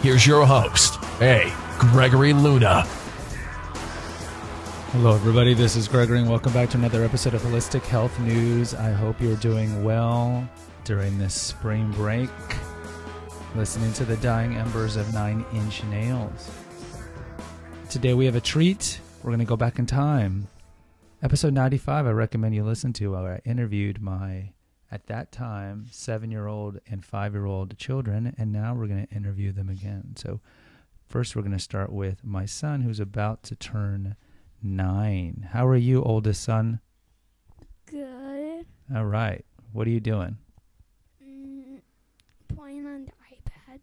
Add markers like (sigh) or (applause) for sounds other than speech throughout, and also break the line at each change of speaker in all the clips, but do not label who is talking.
Here's your host, A. Gregory Luna.
Hello, everybody. This is Gregory, and welcome back to another episode of Holistic Health News. I hope you're doing well during this spring break, listening to the dying embers of Nine Inch Nails. Today, we have a treat. We're going to go back in time. Episode 95, I recommend you listen to, where I interviewed my, at that time, seven year old and five year old children, and now we're going to interview them again. So, first, we're going to start with my son who's about to turn nine. How are you, oldest son?
Good.
All right. What are you doing?
Mm, playing on the iPad.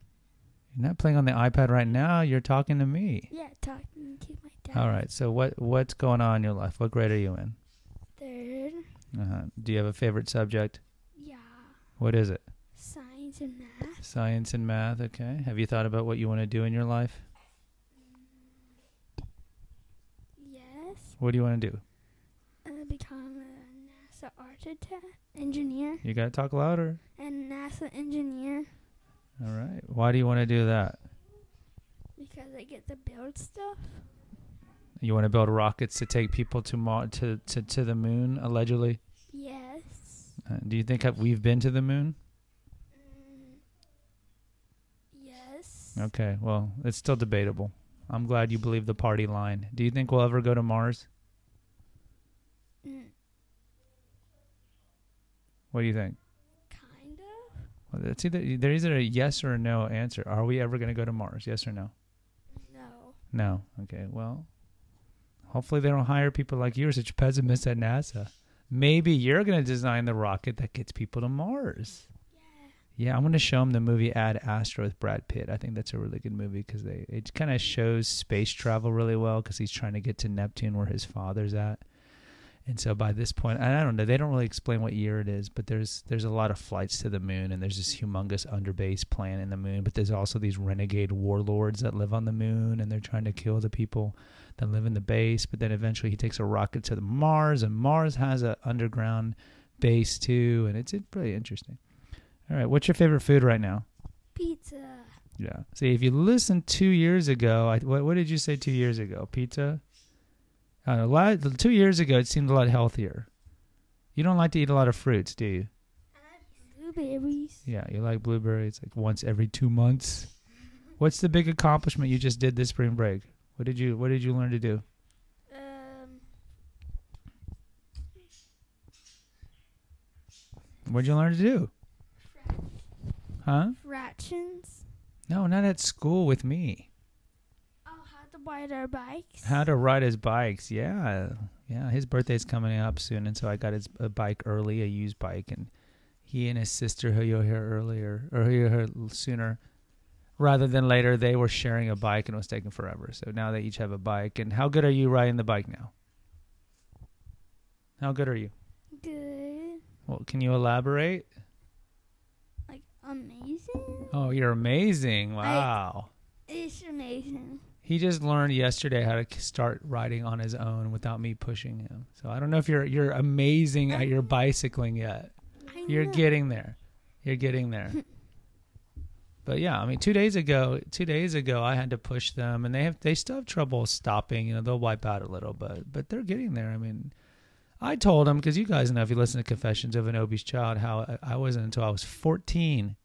You're not playing on the iPad right now. You're talking to me.
Yeah, talking to my dad.
All right. So what what's going on in your life? What grade are you in?
Third.
Uh-huh. Do you have a favorite subject?
Yeah.
What is it?
Science and math.
Science and math. Okay. Have you thought about what you want to do in your life?
Yes.
What do you want to do?
Uh, become a NASA architect, engineer,
You got to talk louder.
and NASA engineer
All right. Why do you want to do that?
because I get to build stuff.
You want to build rockets to take people to Mar- to, to to the moon allegedly?
Yes.
Uh, do you think that we've been to the moon?
Mm, yes.
Okay, well, it's still debatable. I'm glad you believe the party line. Do you think we'll ever go to Mars?
Mm,
What do you think?
kind of.
Well, it's either there is either a yes or a no answer. Are we ever going to go to Mars? Yes or no?
No.
No. Okay. Well, hopefully they don't hire people like you, or such pessimists at NASA. Maybe you're going to design the rocket that gets people to Mars. Yeah, I'm going to show them the movie Ad Astra with Brad Pitt. I think that's a really good movie because they it kind of shows space travel really well because he's trying to get to Neptune where his father's at. And so by this point, and I don't know, they don't really explain what year it is, but there's there's a lot of flights to the moon, and there's this humongous underbase plan in the moon. But there's also these renegade warlords that live on the moon, and they're trying to kill the people that live in the base. But then eventually, he takes a rocket to the Mars, and Mars has an underground base too, and it's, it's pretty interesting. All right, what's your favorite food right now?
Pizza.
Yeah. See, if you listened two years ago, I, what, what did you say two years ago? Pizza? Uh, a lot, two years ago, it seemed a lot healthier. You don't like to eat a lot of fruits, do you?
Blueberries.
Yeah, you like blueberries like once every two months. What's the big accomplishment you just did this spring break? What did you What did you learn to do?
Um.
What did you learn to do? Huh?
Fractions.
No, not at school with me.
Oh, how to ride our bikes.
How to ride his bikes? Yeah, yeah. His birthday's coming up soon, and so I got his a bike early, a used bike, and he and his sister, who you'll hear earlier or who you'll hear sooner, rather than later, they were sharing a bike, and it was taking forever. So now they each have a bike. And how good are you riding the bike now? How good are you?
Good.
Well, can you elaborate?
Like amazing.
Oh, you're amazing! Wow.
It's amazing.
He just learned yesterday how to k- start riding on his own without me pushing him. So I don't know if you're you're amazing at your bicycling yet.
I
You're
know.
getting there. You're getting there. But yeah, I mean, two days ago, two days ago, I had to push them, and they have they still have trouble stopping. You know, they'll wipe out a little, but but they're getting there. I mean, I told them because you guys know if you listen to Confessions of an Obese Child, how I, I wasn't until I was 14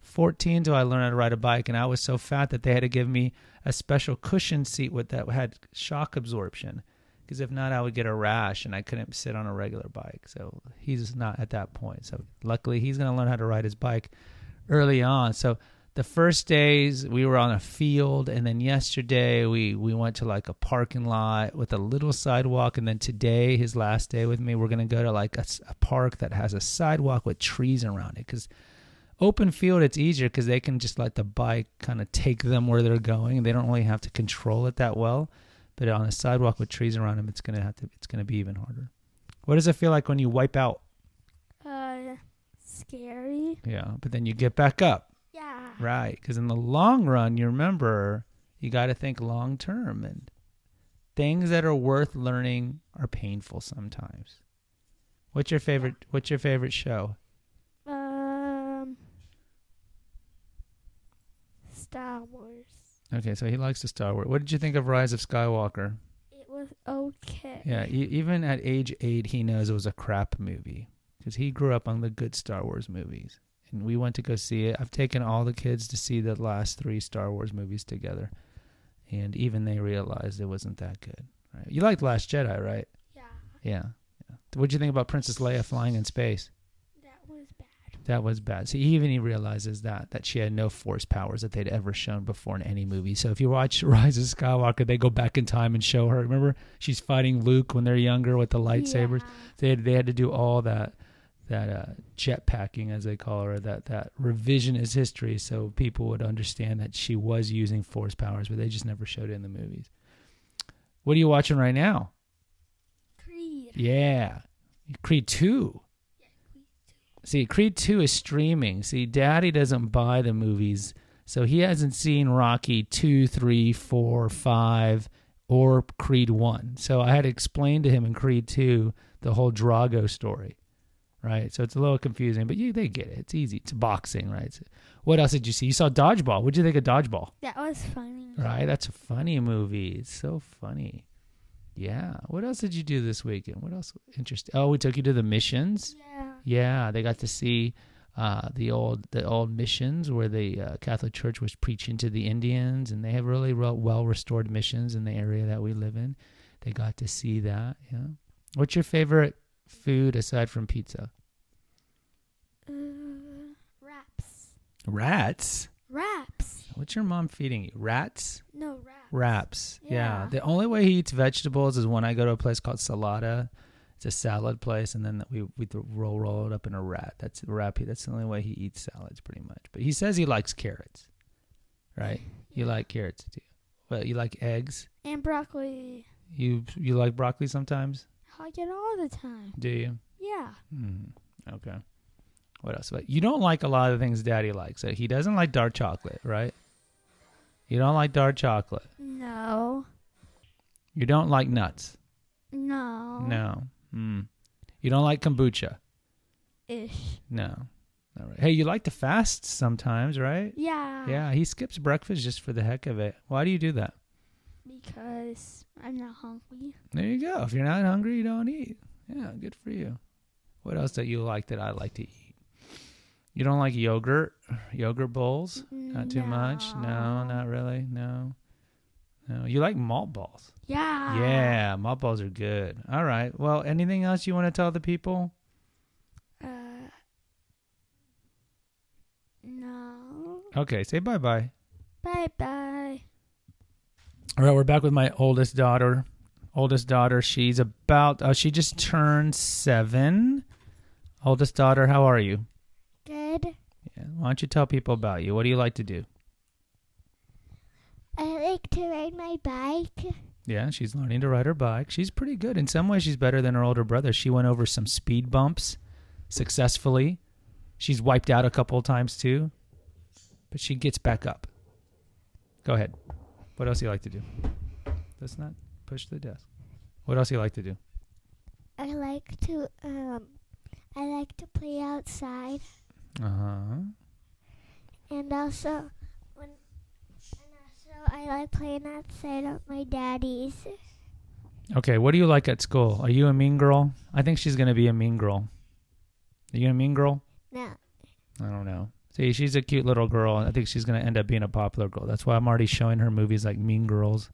14 till I learned how to ride a bike, and I was so fat that they had to give me a special cushion seat with that had shock absorption, because if not, I would get a rash and I couldn't sit on a regular bike. So he's not at that point. So luckily, he's going to learn how to ride his bike early on. So the first days we were on a field, and then yesterday we we went to like a parking lot with a little sidewalk, and then today, his last day with me, we're going to go to like a s a a park that has a sidewalk with trees around it, because Open field, it's easier because they can just let the bike kind of take them where they're going. They don't really have to control it that well. But on a sidewalk with trees around them, it's gonna have to. It's gonna be even harder. What does it feel like when you wipe out?
Uh, scary.
Yeah, but then you get back up,
Yeah.
right? Because in the long run, you remember you got to think long term, and things that are worth learning are painful sometimes. What's your favorite? What's your favorite show?
Um, Star Wars.
Okay, so he likes the Star Wars. What did you think of Rise of Skywalker?
It was okay.
Yeah, e- even at age eight, he knows it was a crap movie because he grew up on the good Star Wars movies. And we went to go see it. I've taken all the kids to see the last three Star Wars movies together, and even they realized it wasn't that good. Right? You liked Last Jedi, right?
Yeah,
Yeah. yeah. What'd you think about Princess Leia flying in space?
that was bad.
That was bad. So even he realizes that that she had no force powers that they'd ever shown before in any movie. So if you watch (laughs) Rise of Skywalker, they go back in time and show her. Remember, she's fighting Luke when they're younger with the lightsabers. They had, they had to do all that that uh, jetpacking, as they call her, that that revisionist history, so people would understand that she was using force powers, but they just never showed it in the movies. What are you watching right now?
Yeah. Creed.
Yeah, Creed Two. See, Creed 2 is streaming. See, Daddy doesn't buy the movies, so he hasn't seen Rocky 2, 3, 4, 5, or Creed 1. So I had to explain to him in Creed 2 the whole Drago story, right? So it's a little confusing, but you, they get it. It's easy. It's boxing, right? So- what else did you see? You saw Dodgeball. What'd you think of Dodgeball?
That was funny.
Right? That's a funny movie. It's so funny. Yeah. What else did you do this weekend? What else? Interesting. Oh, we took you to the missions.
Yeah.
Yeah, they got to see uh, the old the old missions where the uh, Catholic Church was preaching to the Indians, and they have really well restored missions in the area that we live in. They got to see that. Yeah. What's your favorite food aside from pizza?
Uh, wraps.
Rats.
Wraps.
What's your mom feeding you? Rats.
No wraps.
Wraps. Yeah.
Yeah.
The only way he eats vegetables is when I go to a place called Salada. It's a salad place, and then we we th- roll roll it up in a rat. That's wrap. That's the only way he eats salads, pretty much. But he says he likes carrots, right? You like carrots too. Well, you like eggs.
And broccoli.
You you like broccoli sometimes,
I like it all the time.
do you?
Yeah.
Mm, okay. What else? But you don't like a lot of things Daddy likes. So he doesn't like dark chocolate, right? You don't like dark chocolate.
No.
You don't like nuts.
No.
No. Mm. You don't like kombucha?
Ish.
No. All right. Hey, you like to fast sometimes, right?
Yeah.
Yeah, he skips breakfast just for the heck of it. Why do you do that?
Because I'm not hungry.
There you go. If you're not hungry, you don't eat. Yeah, good for you. What else that you like that I like to eat? You don't like yogurt? Yogurt bowls? Not too much? No, not really. No. No. You like malt balls?
Yeah.
yeah, malt balls are good. All right. Well, anything else you want to tell the people?
Uh, no.
Okay, say bye bye.
Bye bye.
All right, we're back with my oldest daughter. Oldest daughter, she's about, uh, she just turned seven. Oldest daughter, how are you?
Good.
Yeah. Why don't you tell people about you? What do you like to do?
I like to ride my bike.
Yeah, she's learning to ride her bike. She's pretty good. In some ways, she's better than her older brother. She went over some speed bumps successfully. She's wiped out a couple of times too, but she gets back up. Go ahead. What else do you like to do? Let's not push the desk. What else do you like to do?
I like to um I like to play outside
Uh huh.
and also when and also I like playing outside at my daddy's.
Okay, what do you like at school? Are you a mean girl? I think she's going to be a mean girl. Are you a mean girl?
No.
I don't know. See, she's a cute little girl, and I think she's going to end up being a popular girl. That's why I'm already showing her movies like Mean Girls.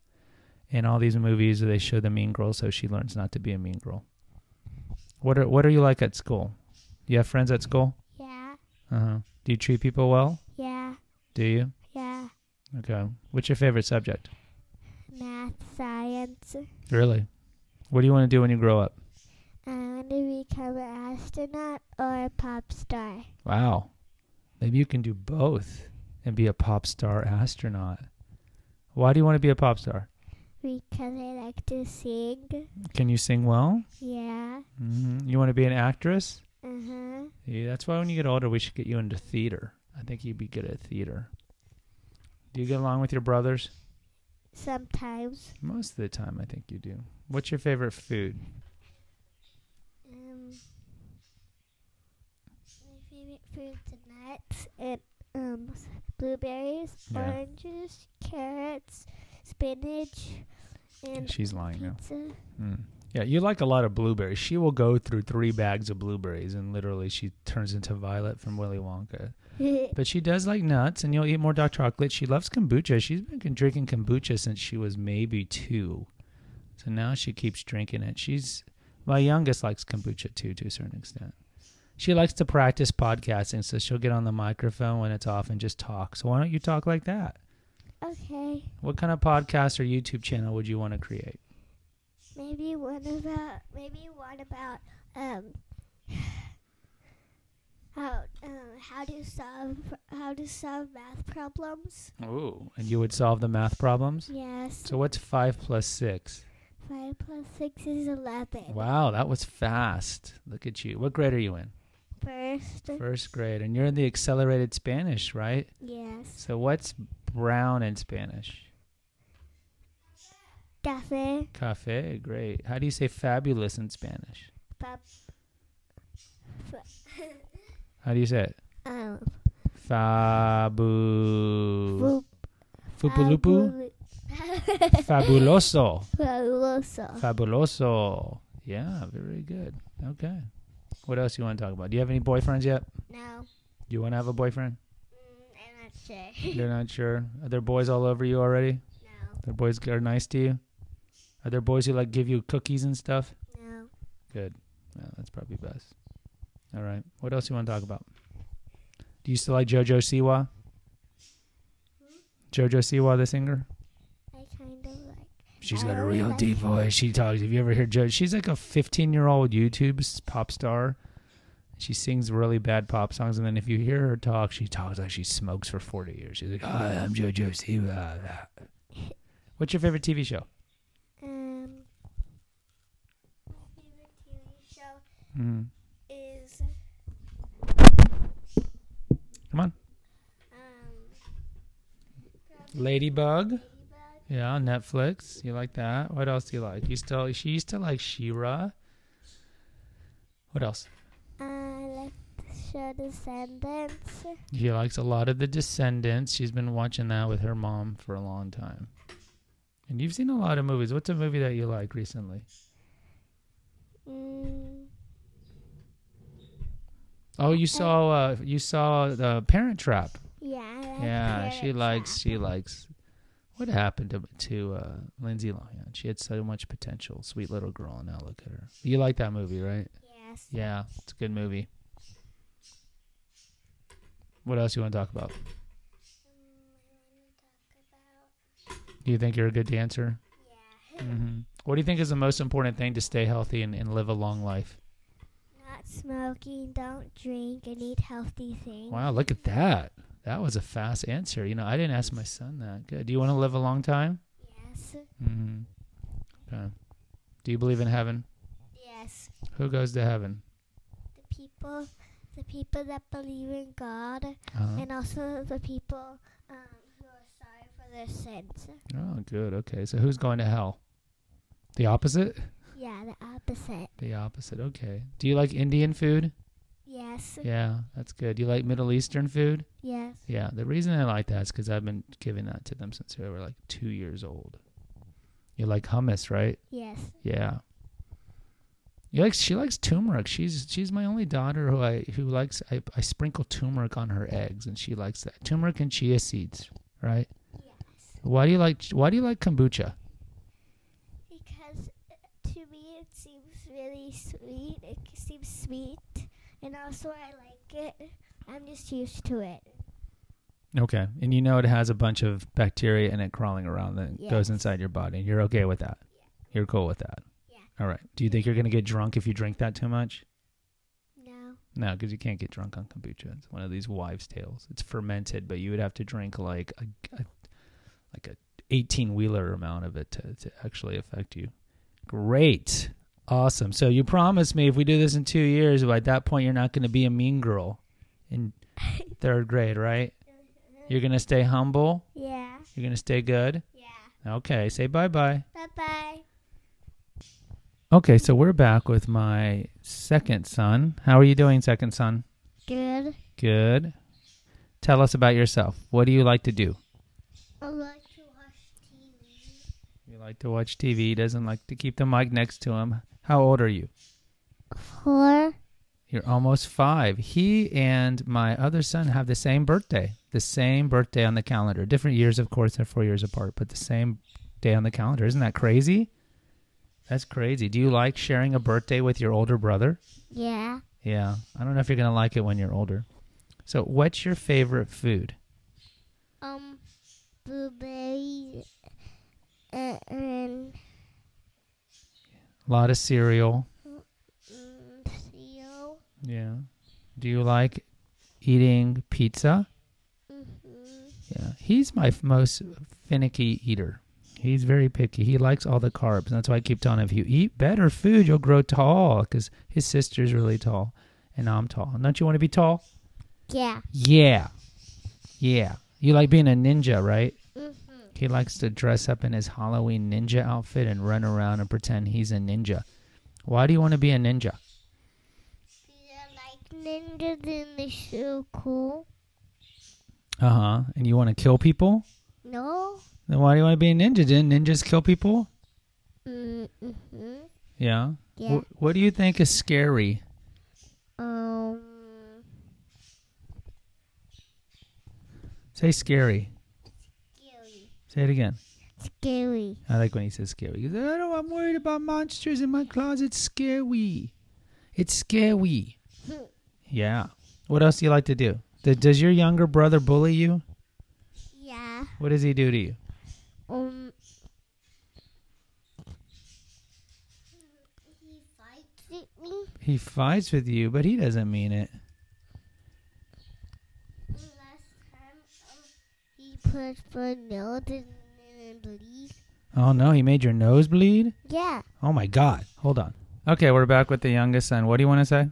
and all these movies, they show the mean girl, so she learns not to be a mean girl. What are What are you like at school? Do you have friends at school?
Yeah.
Uh huh. Do you treat people well?
Yeah.
Do you?
Yeah.
Okay. What's your favorite subject?
Math, science.
Really? What do you want to do when you grow up?
I want to become an astronaut or a pop star.
Wow. Maybe you can do both and be a pop star astronaut. Why do you want to be a pop star?
because I like to sing.
Can you sing well?
Yeah.
hmm You want to be an actress?
Uh huh.
Yeah, that's why when you get older, we should get you into theater. I think you'd be good at theater. Do you get along with your brothers?
Sometimes.
Most of the time, I think you do. What's your favorite food?
Um, my favorite fruits and nuts and um, s- blueberries,
Yeah.
oranges, carrots, spinach, and
She's lying now.
pizza. (laughs)
Mm. Yeah, you like a lot of blueberries. She will go through three bags of blueberries, and literally, she turns into Violet from Willy Wonka. But she does like nuts, and you'll eat more dark chocolate. She loves kombucha. She's been con- drinking kombucha since she was maybe two. So now she keeps drinking it. She's my youngest likes kombucha too, to a certain extent. She likes to practice podcasting, so she'll get on the microphone when it's off and just talk. So why don't you talk like that?
okay,
What kind of podcast or YouTube channel would you want to create?
maybe one about maybe one about um how um, how to solve how to solve math problems.
Ooh, and you would solve the math problems.
Yes,
So what's five plus six?
five plus six is eleven.
Wow, that was fast. Look at you. What grade are you in?
First,
First grade, and you're in the accelerated Spanish, right?
yes,
So what's brown in Spanish?
cafe.
Cafe, great. How do you say fabulous in Spanish?
Pap-
How do you say it?
um,
Fabu.
fu-
Fupulupu?
fabulu- (laughs)
Fabuloso.
Fabuloso.
Fabuloso. Yeah, very good. Okay. What else you want to talk about? Do you have any boyfriends yet?
No,
Do you want to have a boyfriend?
mm, I'm not sure.
You're not sure. Are there boys all over you already?
no,
Are boys are nice to you? Are there boys who like give you cookies and stuff?
no.
Good. Yeah, that's probably best. All right. What else you want to talk about? Do you still like JoJo Siwa? JoJo Siwa, the singer.
I kind of like.
She's
I
got a
really
real
like
deep
her.
voice. She talks. Have you ever heard JoJo? She's like a 15-year-old YouTube s- pop star. She sings really bad pop songs, and then if you hear her talk, she talks like she smokes for 40 years. She's like, "Hi, I'm JoJo Siwa." What's your favorite TV show?
Um, my favorite TV show
Mm.
is
Come on.
um.
Ladybug.
Ladybug.
Yeah, on Netflix. You like that? What else do you like? You still she used to like Shira. What else?
I like the show Descendants.
She likes a lot of The Descendants. She's been watching that with her mom for a long time. And you've seen a lot of movies. What's a movie that you like recently?
Mm,
Oh, you saw uh you saw the Parent Trap.
yeah, I like
Yeah,
Parent
she likes
Trap.
she likes what happened to to uh Lindsay Lohan? She had so much potential. Sweet little girl, and now look at her. You like that movie, right?
Yes.
Yeah, it's a good movie. What else you want to talk about? Do you think you're a good dancer?
Yeah.
hmm What do you think is the most important thing to stay healthy and, and live a long life?
Not smoking, don't drink, and eat healthy things.
Wow, look at that. That was a fast answer. You know, I didn't ask my son that. Good. Do you want to live a long time?
Yes.
hmm Okay. Do you believe in heaven?
Yes.
Who goes to heaven?
The people, the people that believe in God,
Uh-huh.
and also the people um, who are sorry for their sins.
Oh, good. Okay. So who's going to hell? The opposite?
Yeah, the opposite.
The opposite. Okay. Do you like Indian food?
Yes.
Yeah, that's good. Do you like Middle Eastern food?
Yes.
Yeah, the reason I like that is because I've been giving that to them since they were like two years old. You like hummus, right?
Yes.
Yeah. You like she likes turmeric. She's she's my only daughter who I who likes I, I sprinkle turmeric on her eggs and she likes that turmeric and chia seeds, right?
Yes.
Why do you like why do you like kombucha?
Because uh, to me it seems really sweet. It c- seems sweet, and also I like it. I'm just used to it.
Okay, and you know it has a bunch of bacteria in it crawling around that
Yes.
goes inside your body. You're okay with that. You're cool with that.
Yeah.
All right. Do you think you're gonna get drunk if you drink that too much?
No.
No, because you can't get drunk on kombucha. It's one of these wives' tales. It's fermented, but you would have to drink like a, a like a eighteen wheeler amount of it to, to actually affect you. Great, awesome. So you promised me if we do this in two years, by that point you're not going to be a mean girl in third grade, right? You're going to stay humble.
Yeah.
You're going to stay good.
Yeah.
Okay, say bye bye.
Bye bye.
Okay, so we're back with my second son. How are you doing, second son?
Good.
Good. Tell us about yourself. What do you like to do?
I like to watch TV.
You like to watch TV. He doesn't like to keep the mic next to him. How old are you?
Four.
You're almost five. He and my other son have the same birthday, the same birthday on the calendar. Different years, of course, they're four years apart, but the same day on the calendar. Isn't that crazy? That's crazy. Do you like sharing a birthday with your older brother?
Yeah.
Yeah. I don't know if you're going to like it when you're older. So, what's your favorite food?
Um, blueberries and, uh, and
A lot of cereal.
mm, seal.
Yeah. Do you like eating pizza?
Mm-hmm.
Yeah. He's my f- most finicky eater. He's very picky. He likes all the carbs. And that's why I keep telling him if you eat better food, you'll grow tall because his sister's really tall and I'm tall. Don't you want to be tall?
Yeah.
Yeah. Yeah. You like being a ninja, right?
Mm-hmm.
He likes to dress up in his Halloween ninja outfit and run around and pretend he's a ninja. Why do you want to be a ninja?
like ninjas in the show cool?
Uh huh. And you want to kill people?
No.
Then why do you want to be a ninja? Didn't ninjas kill people?
Mm-hmm.
Yeah.
Yeah.
Wh- what do you think is scary?
Um,
Say scary.
scary.
Say it again.
Scary. (laughs)
I like when he says scary. He goes, "I don't- I'm worried about monsters in my closet. Scary. It's scary. yeah. What else do you like to do? Th- does your younger brother bully you?
Yeah.
What does he do to you?
Um, he fights at me.
He fights with you, but he doesn't mean it.
Last time, um, he pushed my nose and then I bleed.
Oh no, he made your nose bleed?
Yeah.
Oh my god. Hold on. Okay, we're back with the youngest son. What do you want to say?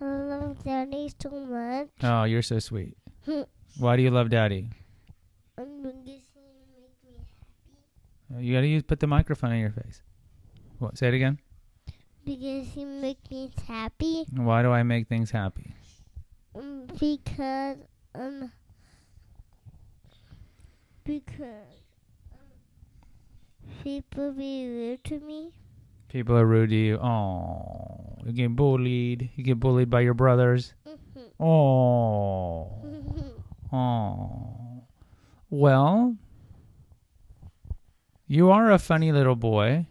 I love Daddy so much.
Oh, you're so sweet. Why do you love daddy?
I'm going to make me happy
You gotta use put the microphone in your face. What? Say it again.
because he makes me happy.
Why do I make things happy?
Um, because um, because um, people be rude to me. (laughs)
People are rude to you. Oh, you get bullied. You get bullied by your brothers. Oh, oh. Well, you are a funny little boy.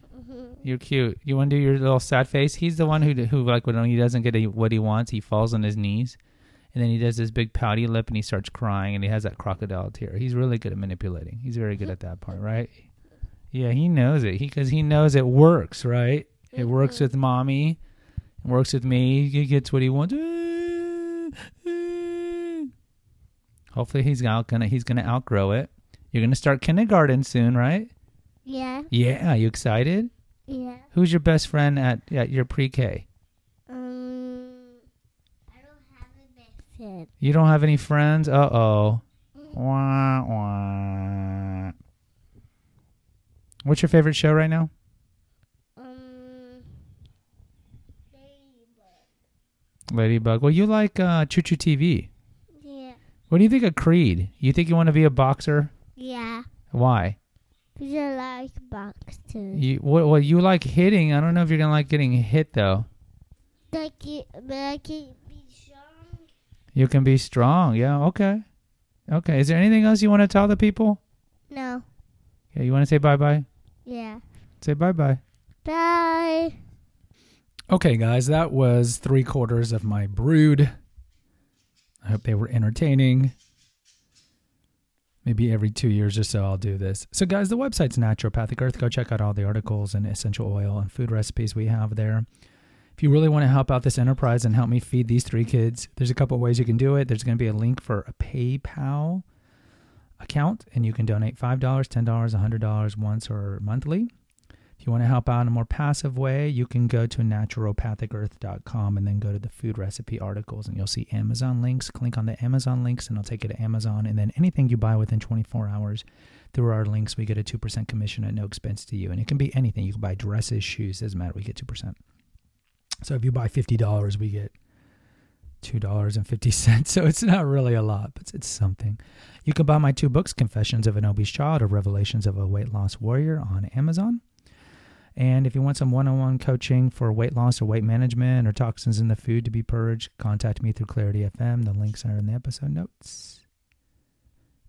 You're cute. You want to do your little sad face? He's the one who who like when he doesn't get what he wants, he falls on his knees, and then he does this big pouty lip and he starts crying and he has that crocodile tear. He's really good at manipulating. He's very good at that part, right? Yeah, he knows it. He because he knows it works, right? It works with mommy, it works with me. He gets what he wants. Hopefully, he's out gonna he's gonna outgrow it. You're gonna start kindergarten soon, right?
yeah,
Yeah, you excited?
yeah.
Who's your best friend at, at your pre-K?
Um, I don't have a best friend.
You don't have any friends? Uh-oh. Wah, wah. What's your favorite show right now?
Um, Ladybug.
Ladybug. Well, you like uh, Choo Choo TV.
Yeah,
What do you think of Creed? You think you want to be a boxer?
yeah.
Why?
Because I like boxing.
You well, well, you like hitting. I don't know if you're gonna like getting hit though.
Like it, but I can be strong.
You can be strong. Yeah. Okay. Okay. Is there anything else you want to tell the people?
No.
Yeah. You want to say bye bye?
Yeah.
Say bye bye.
Bye.
Okay, guys, that was three quarters of my brood. I hope they were entertaining. Maybe every two years or so, I'll do this. So, guys, the website's Naturopathic Earth. Go check out all the articles and essential oil and food recipes we have there.
If you really want to help out this enterprise and help me feed these three kids, there's a couple ways you can do it. There's going to be a link for a PayPal account, and you can donate $5, $10, $100 once or monthly. If you want to help out in a more passive way, you can go to naturopathicearth.com and then go to the food recipe articles, and you'll see Amazon links. Click on the Amazon links, and it'll take you to Amazon. And then anything you buy within 24 hours through our links, we get a 2% commission at no expense to you. And it can be anything. You can buy dresses, shoes, doesn't matter. We get 2%. So if you buy $50, we get $2.50. (laughs) So it's not really a lot, but it's something. You can buy my two books, Confessions of an Obese Child or Revelations of a Weight Loss Warrior on Amazon. And if you want some one on one coaching for weight loss or weight management or toxins in the food to be purged, contact me through Clarity FM. The links are in the episode notes.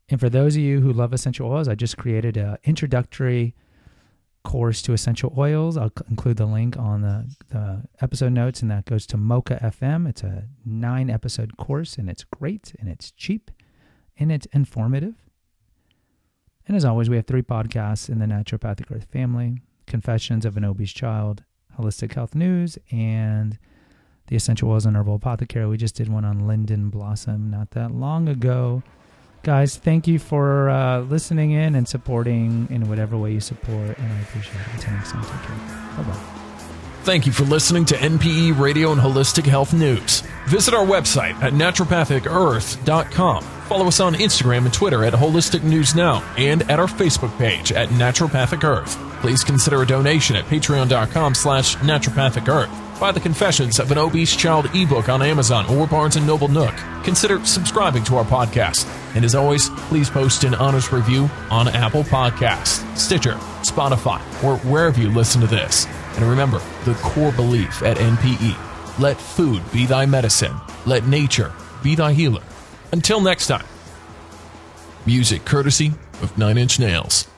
And for those of you who love essential oils, I just created an introductory course to essential oils. I'll c- include the link on the, the episode notes, and that goes to Mocha FM. It's a nine episode course, and it's great, and it's cheap, and it's informative. And as always, we have three podcasts in the Naturopathic Earth family Confessions of an Obese Child, Holistic Health News, and the Essential Oils and Herbal Apothecary. We just did one on Linden Blossom not that long ago guys thank you for uh, listening in and supporting in whatever way you support and i appreciate it until next time take care bye-bye
Thank you for listening to NPE Radio and Holistic Health News. Visit our website at naturopathicearth.com. Follow us on Instagram and Twitter at Holistic News Now and at our Facebook page at Naturopathic Earth. Please consider a donation at patreon.com slash naturopathic earth. Buy the Confessions of an Obese Child ebook on Amazon or Barnes & Noble Nook. Consider subscribing to our podcast. And as always, please post an honest review on Apple Podcasts, Stitcher, Spotify, or wherever you listen to this. And remember the core belief at NPE let food be thy medicine, let nature be thy healer. Until next time, music courtesy of Nine Inch Nails.